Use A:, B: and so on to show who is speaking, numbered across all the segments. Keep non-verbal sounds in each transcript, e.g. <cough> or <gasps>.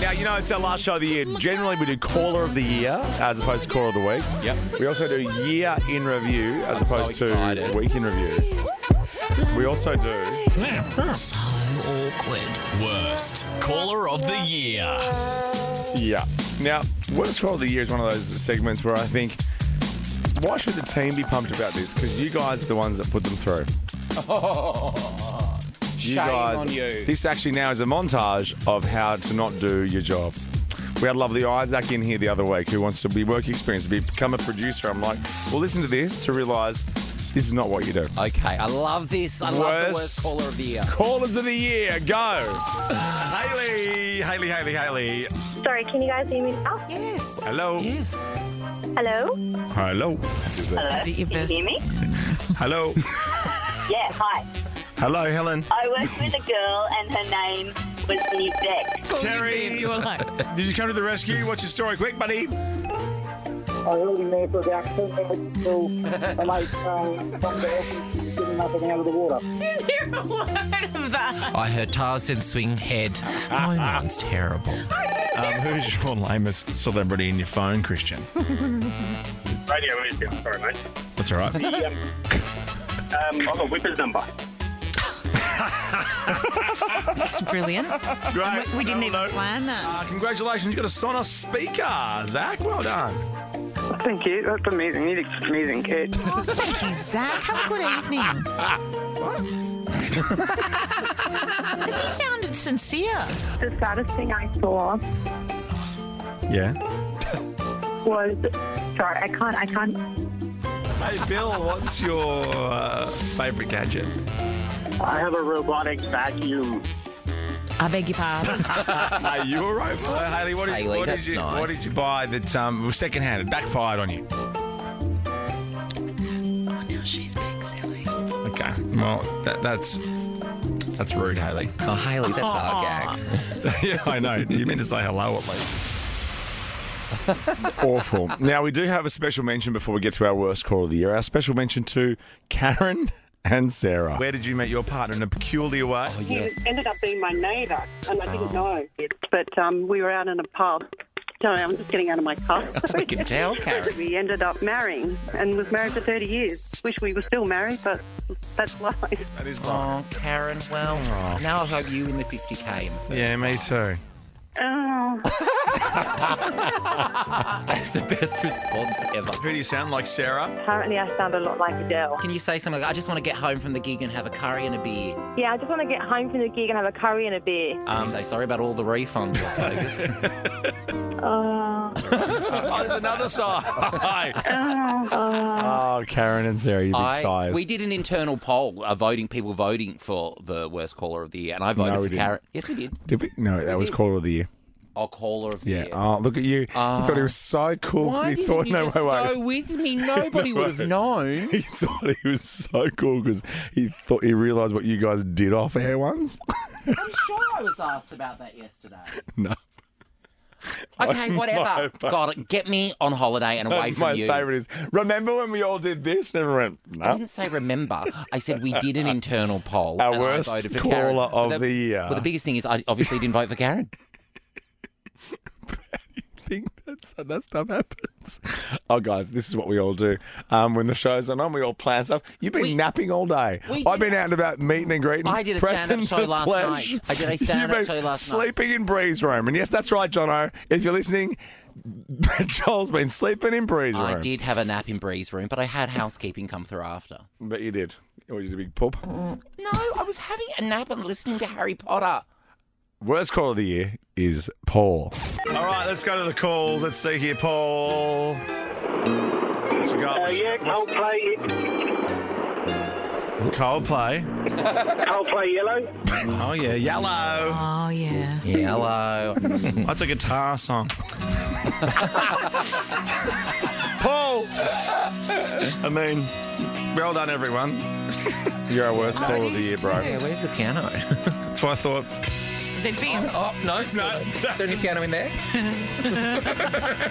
A: Now, you know, it's our last show of the year. Generally, we do caller of the year as opposed to caller of the week.
B: Yep.
A: We also do year in review as opposed
B: so
A: to
B: excited.
A: week in review. We also do.
C: Worst caller of the year.
A: Yeah. Now, Worst Call of the Year is one of those segments where I think, why should the team be pumped about this? Because you guys are the ones that put
B: <laughs>
A: them through.
B: Shame on you.
A: This actually now is a montage of how to not do your job. We had lovely Isaac in here the other week who wants to be work experience, to become a producer. I'm like, well, listen to this to realise this is not what you do.
D: Okay, I love this. I love the
A: Worst-
D: worst caller of the year.
A: Callers of the year, go! <sighs> Haley, Haley, Haley, Haley.
E: Sorry, can you guys hear me now?
F: Yes.
A: Hello.
F: Yes.
E: Hello?
A: Hello.
F: Is it your
E: Can
F: best?
E: you hear me?
A: Hello.
E: Yeah, hi.
A: Hello, Helen.
E: I worked with a girl and her name was Nivek.
A: Terry. <laughs>
F: You were like,
A: Did you come to the rescue? What's your story, quick, buddy?
G: I heard him there for about two minutes till the mate um, come to help him get him up and out of the water.
F: you're a word of that.
D: I heard Tarzan swing head. My mind's terrible.
A: Um, who's your lamest celebrity in your phone, Christian?
H: Radio is down. Sorry, mate.
A: That's
F: <laughs>
A: all right.
H: The, um, um, I've got Whipper's number.
F: That's brilliant.
A: Great.
F: We didn't
A: Well
F: even
A: done.
F: plan that.
A: Uh, congratulations, you got a Sonos speaker, Zach. Well done.
G: Thank you. That's amazing. Music's amazing, Kate.
F: Oh, thank you, Zach. Have a good <laughs> evening. Because he sounded sincere.
E: The saddest thing I saw
A: Yeah.
E: was sorry, I can't I can't
A: Hey, Bill, what's your uh, favourite gadget?
H: I have a robotic vacuum.
F: I beg your pardon.
A: Are you all right? Uh, Haley, what did,
D: Haley,
A: what, did
D: that's
A: you,
D: nice.
A: what did you buy that um, was secondhand? It backfired on you.
F: Oh, now she's being silly.
A: Okay. Well, that, that's that's rude, Haley.
D: Oh, Haley, that's our
A: <laughs>
D: gag.
A: yeah, I know. You meant to say hello at least. <laughs> Awful. Now we do have a special mention before we get to our worst call of the year. Our special mention to Karen and Sarah. Where did you meet your partner in a peculiar way?
I: Oh,
D: Yes.
I: ended up being my neighbour, and I didn't know it. But um, we were out in a pub. Sorry, I'm just getting out of my car.
D: We
A: <laughs>
D: can tell, Karen.
I: we ended up marrying and was married for 30 years. Wish we were still married, but that's life.
A: That is
D: Oh, Karen, well, now I hope you in the 50k. In the first
A: Yeah, me
D: class.
A: too.
I: Oh,
D: That's the best response
A: Who
D: ever.
A: do you sound like, Sarah?
E: apparently I sound a lot like Adele.
D: Can you say something like, I just want to get home from the gig and have a curry and a beer?
E: Yeah, I just want to get home from the gig and have a curry and a beer.
D: Can
A: Um,
D: you say, sorry about all the refunds,
A: <laughs>
D: Las Vegas?
E: Oh,
A: Oh, there's another side.
I: oh.
A: <laughs> oh, Karen and Sarah, you big
D: I,
A: sighs.
D: we did an internal poll, uh, voting people voting for the worst caller of the year, and I voted
A: No, we
D: for
A: didn't.
D: Karen. Yes, we did.
A: Did we? No, that was call of the year.
D: Oh, caller of the
A: Yeah.
D: year.
A: Oh, look at you. you thought he was so cool.
D: Uh, Why
A: you
D: didn't
A: thought,
D: you
A: no,
D: just
A: wait, wait.
D: go with me? Nobody
A: No
D: would have
A: way.
D: known.
A: <laughs> He thought he was so cool because he thought he realised what you guys did off air once.
D: I'm sure I was asked about that yesterday.
A: <laughs> no.
D: Okay, whatever.
A: my-
D: God, get me on holiday
A: <laughs>
D: and <laughs> away from
A: My
D: you.
A: favourite is remember when we all did this and everyone went,
D: I
A: no.
D: didn't say remember. I said we did
A: <laughs>
D: an internal poll.
A: Our
D: and I
A: worst
D: voted for
A: caller
D: Karen. But
A: of the year.
D: Well, the biggest thing is I obviously didn't vote for Karen.
A: think that's how that stuff happens. <laughs> Oh, guys, this is what we all do. Um, when the show's on, we all plan stuff. You've been
D: We-
A: napping all day.
D: we
A: I've
D: did-
A: been out and about meeting and greeting.
D: I did a stand-up
A: pressing
D: show
A: the
D: last
A: flesh.
D: night. I did a
A: You've
D: stand-up
A: been
D: show last night.
A: Sleeping in Breeze Room. And yes, that's right, Jono. If you're listening, <laughs> Joel's been sleeping in Breeze Room.
D: I did have a nap in Bree's room, but I had housekeeping come through after.
A: But you did. Or you did a big poop.
D: No, I was having a nap and listening to Harry Potter.
A: Worst call of the year is Paul. All right, let's go to the calls. Let's see here, Paul. What you got?
H: Uh, yeah, Coldplay, <laughs>
A: Coldplay.
H: Coldplay Yellow.
A: Oh yeah, Yellow.
F: Oh, yeah.
D: Hello.
A: That's a
H: <laughs>
A: guitar song. Paul. I mean, well done, everyone. You're our worst call of the year, bro.
D: yeah, where's the piano?
A: That's why I thought.
F: There'd be a
D: oh, no, it's not. Is there any piano in there?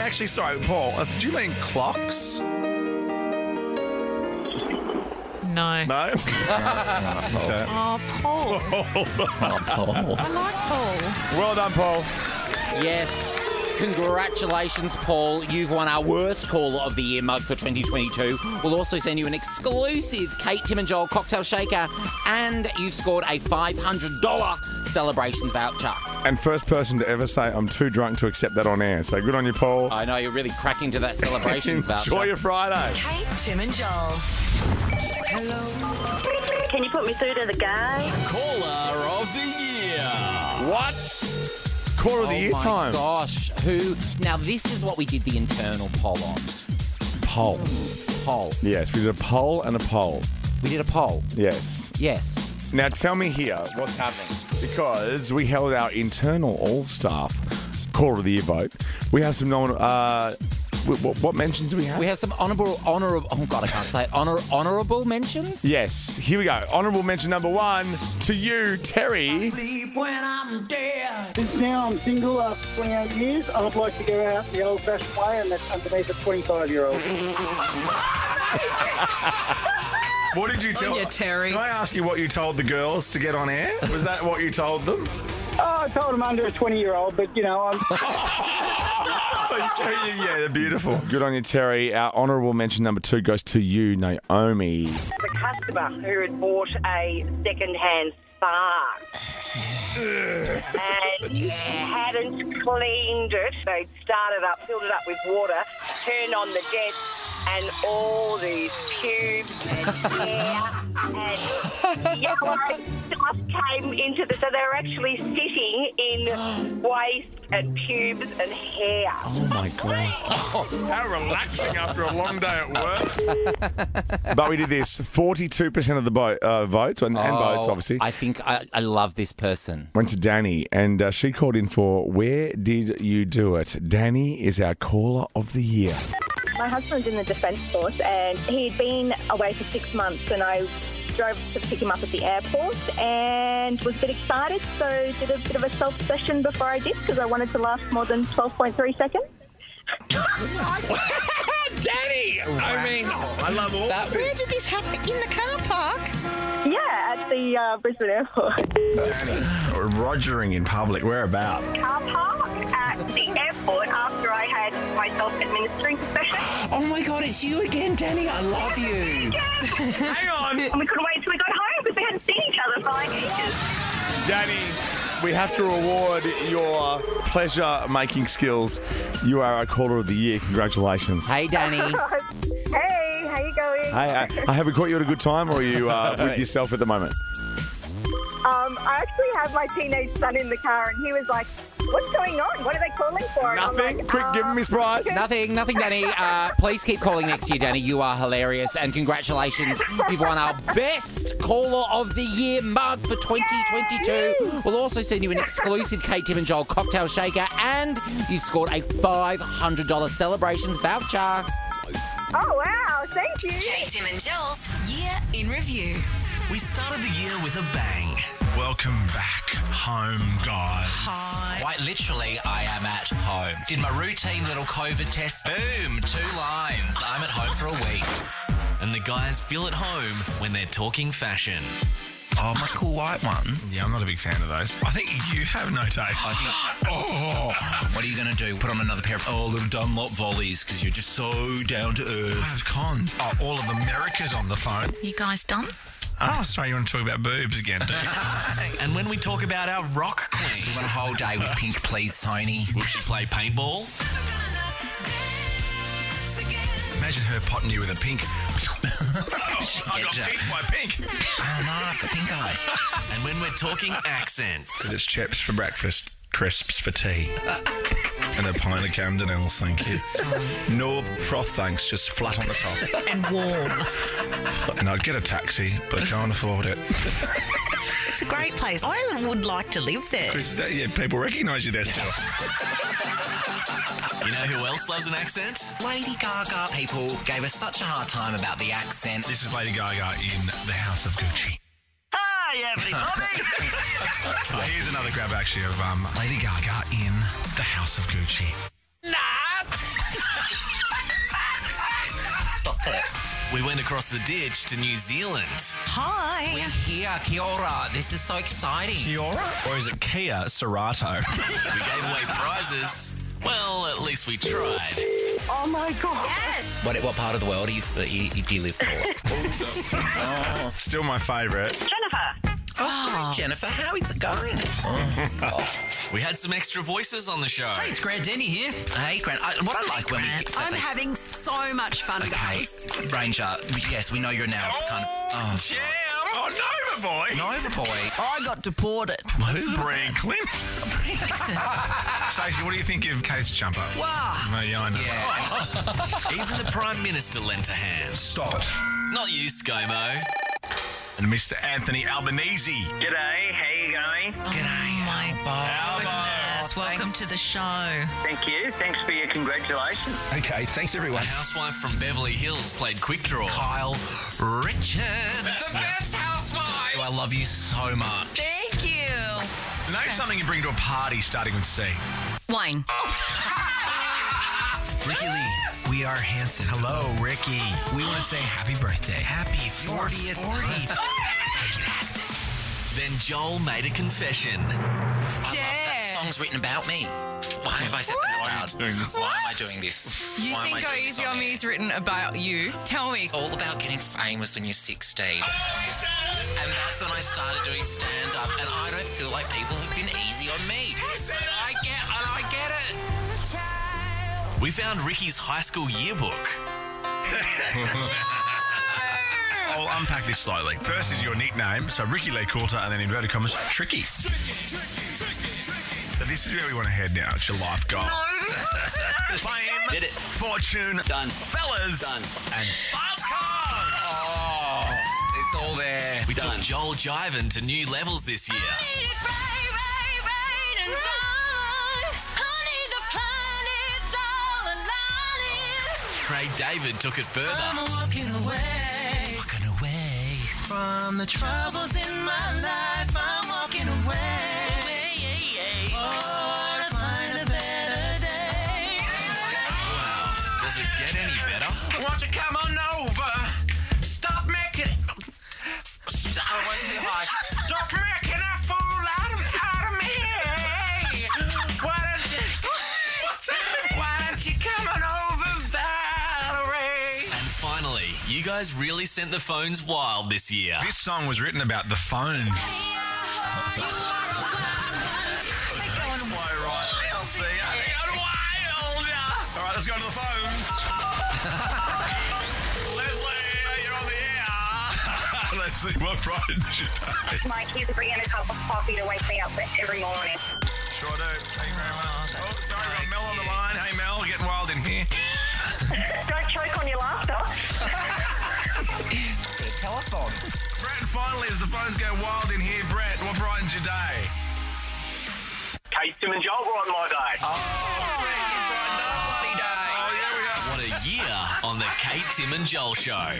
A: Actually, sorry, Paul. uh, Do you mean clocks?
F: no.
H: <laughs>
A: No.
F: Oh, Paul.
D: Oh, Paul. Oh.
F: I like Paul.
A: well done, Paul.
D: Yes. Congratulations, Paul. You've won our worst caller of the year mug for 2022. We'll also send you an exclusive Kate, Tim, and Joel cocktail shaker, and you've scored a $500 celebrations voucher.
A: And first person to ever say, I'm too drunk to accept that on air. So good on you, Paul.
D: I know you're really cracking to
A: <laughs>
D: that celebrations voucher.
A: Enjoy your Friday.
B: Kate, Tim, and Joel.
E: Can you put me through to the guy?
C: Caller of the year.
A: What? Core of the
D: oh
A: year
D: my
A: time.
D: gosh! Who? Now this is what we did the internal poll on.
A: Poll.
D: Poll.
A: Yes, we did a poll and a poll.
D: We did a poll.
A: Yes.
D: Yes.
A: Now tell me here what's happening. Because we held our internal all staff core of the year vote. We have some nominal. Uh, wh- wh- what mentions do we have?
D: We have some honourable, honourable. Oh God, I can't say it. Honor, honourable mentions.
A: yes, here we go. Honourable mention number one to you, Terry.
G: Since now I'm single after 28 years, I'd like to go out the old-fashioned way, and that's underneath a 25-year-old.
H: <laughs>
A: What did you tell?
F: yeah, Terry.
A: Can I ask you what you told the girls to get on air? Was that what you told <laughs> them?
G: Oh, I told him under a 20-year-old, but you know, I'm
A: Oh, yeah, they're beautiful. Good on you, Terry. Our honourable mention number two goes to you, Naomi.
E: The customer who had bought a second-hand spark and hadn't cleaned it. They'd started up, filled it up with water, turned on the jet, and all these cubes and hair and yellow stuff came into the. So they were actually sitting in waste and pubes and hair.
A: Oh my god. Oh, How relaxing after a long day at work.
D: <laughs>
A: but we did this. Forty-two percent of the bo- uh, votes and, and votes,
D: Oh,
A: obviously.
D: I think I, I love this person.
A: Went to Danny and uh, she called in for Where Did You Do It? Danny is our caller of the year.
E: My husband's in the Defence Force and he'd been away for six months and I drove to pick him up at the airport and was a bit excited so did a bit of a self-session before I did because I wanted to last more than 12.3 seconds.
A: Danny! I mean, I love all
D: That was
B: did this happen? In the car park?
E: Yeah, at the uh, Brisbane Airport.
A: Rogering in public. Where about?
E: Car park at the airport after I had my self-administering session
D: Oh my God, it's you again, Danny. I love you.
A: Hang on!
E: and we couldn't wait till we got home because we hadn't seen each other for like ages.
A: Danny, we have to reward your pleasure making skills. You are our caller of the year. Congratulations.
D: Hey, <laughs> Danny.
E: <laughs> Hey, how you going?
A: Hey, I, I haven't caught you at a good time, or are you uh,
D: <laughs>
A: with yourself at the moment?
E: Um, I actually have my teenage son in the car, and he was like, "What's going on? What are they calling for?" And I'm
A: Nothing.
E: like, um,
A: Quick, give him his
E: <laughs>
A: prize.
D: Nothing, nothing, Danny. Uh, please keep calling next year, Danny. You are hilarious, and congratulations. You've won our best caller of the year mug for 2022. We'll also send you an exclusive Kate, Tim, and Joel cocktail shaker, and you've scored a $500 celebrations voucher.
E: Oh wow! Thank you.
B: Kate, Tim, and Joel's Year in Review.
C: We started the year with a bang.
J: Welcome back home, guys.
C: Quite literally, I am at home. Did my routine little COVID test. Boom, two lines. I'm at home for a week. And the guys feel at home when they're talking fashion.
J: Oh, my cool white ones. Yeah, I'm not a big fan of those. I think you have no taste. I think. <gasps> Oh,
C: What are you going to do? Put on another pair of oh little Dunlop volleys because you're just so down to earth.
J: those cons. Oh, all of America's on the phone.
F: You guys done?
J: Oh, sorry, you want to talk about boobs <laughs> again, do you?
C: And when we talk about our rock queen,
D: a whole day with Pink, please, Tony.
C: will she play paintball?
J: Imagine her potting you with a pink. I got
D: Getcha.
J: pink by pink.
D: Oh, no, I've got pink eye.
C: And when we're talking accents.
J: It's chips for breakfast, crisps for tea. And a pint of Camden Ells, thank you. No froth, thanks, just flat on the top.
F: And warm.
J: And I'd get a taxi, but can't afford it.
F: It's a great place. I would like to live there.
J: Because, yeah, people recognise you there still.
C: You know who else loves an accent?
K: Lady Gaga people gave us such a hard time about the accent.
J: This is Lady Gaga in The House of Gucci.
C: Hi,
A: <laughs>
F: <laughs>
C: everybody!
J: Oh, here's another grab, actually, of um, Lady Gaga in The House of Gucci.
C: Not!
K: Stop it.
F: we went across the ditch to New Zealand.
D: Hi. We're here. Kia ora. This is so exciting.
F: Kia ora?
D: Or is it
F: Kia Serato. we gave away prizes. Well, at least we tried.
D: Oh my god. Yes.
F: What, what part of the world are you, you, you do you live
A: Still my favourite.
D: Jennifer. Oh, Jennifer, how is it going?
F: we had some extra voices on the show.
D: Hey, it's Grant Denny here. Hey, Grant. I, what I like when we get,
L: I'm having so much fun,
D: Okay,
L: guys.
D: Ranger. Yes, we know you're now kind of. Oh, jam.
A: Oh, Nova Boy.
D: Nova Boy.
L: I got deported.
A: Brand Clint. <laughs> Stacey, what do you think of Kate's jumper?
L: Wow.
A: No, yeah, I know. <laughs>
F: Even the Prime Minister lent a hand.
A: Stop it.
F: Not you, ScoMo.
A: And Mr. Anthony Albanese.
C: G'day, how you going?
D: G'day.
M: My
C: Albo.
M: Welcome to the show.
C: Thank you. Thanks for your congratulations.
A: Okay, thanks everyone.
F: Housewife from Beverly Hills played Quick Draw. Kyle Richards. The best housewife. I love you so much.
L: Thank you.
A: Name something you bring to a party starting with C.
L: Wayne.
D: Ricky Lee, we are Hanson. Hello, Ricky. We want to say happy birthday. Happy 40th. <laughs> 40th.
F: Then Joel made a confession.
D: I love that song's written about me. Why have I said that out loud? Why am I doing this?
L: You
D: Why
L: think
D: am I
L: Go
D: doing this
L: Easy
D: on
L: on Me is written about you? Tell me.
D: All about getting famous when you're 16. And that's when I started doing stand up, and I don't feel like people have been easy on me. And I get, and I get it.
F: We found Ricky's high school yearbook.
A: I'll unpack this slightly. First is your nickname, so Ricky Lee Coulter, and then inverted commas, Tricky. So this is where we want to head now. It's your life goal. Fame. Did it. Fortune. Done. Fellas. Done. And
F: Oh, it's all there. We took Joel Jiven to new levels this year. Craig David took it further.
N: walking away. Walking away from the troubles in my life. I'm walking away. Oh, to find a better day.
F: Wow. Does it get any better?
D: Won't you come on over? Stop making. Stop, I went too high. Stop making a fool out of, out of me. Why don't you? Why don't you come on over, Valerie?
F: And finally, you guys really sent the phones wild this year.
A: this song was written about the phones. All right, let's go to the phones. <laughs> Leslie, you're on the air. <laughs> Leslie, what pride did you take?
E: My kids bring in a cup of coffee to wake me up every morning.
A: Sure do. Thank you very much. Oh, sorry, we got Mel on the line. Hey, Mel, getting wild in here.
E: Don't choke on your laughter.
D: telephone.
A: Brett, finally, as the phones go wild in here, Brett, what brightens your day?
C: Kate, Tim, and Joel were on my day.
F: What a year on the Kate, Tim, and Joel show.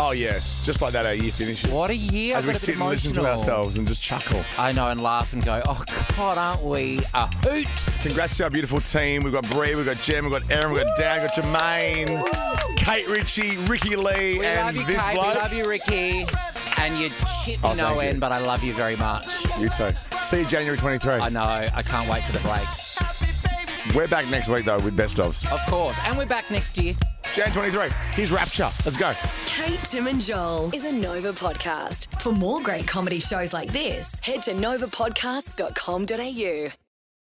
O: Oh yes, just like that, our year finishes.
P: What a year!
O: As
P: I've
O: we
P: got a bit
O: sit and listen to
P: emotional.
O: ourselves and just chuckle.
P: I know, and laugh and go, oh, God, aren't we a hoot?
O: Congrats to our beautiful team. We've got Bree, we've got Jem, we've got Aaron, we've got Dan, we've got Jermaine, Kate Ritchie, Ricky Lee,
P: We love
O: and
P: you,
O: this
P: Kate.
O: bloke.
P: We love you, Ricky. And you chip
O: Oh,
P: me no
O: thank you.
P: end, but I love you very much.
O: You too. See you January 23. I
P: know. I can't wait for the break.
O: We're back next week though with best ofs.
P: Of course. And we're back next year.
O: Jan 23. Here's Rapture. Let's go.
Q: Kate, Tim, and Joel is a Nova podcast. For more great comedy shows like this, head to novapodcast.com.au.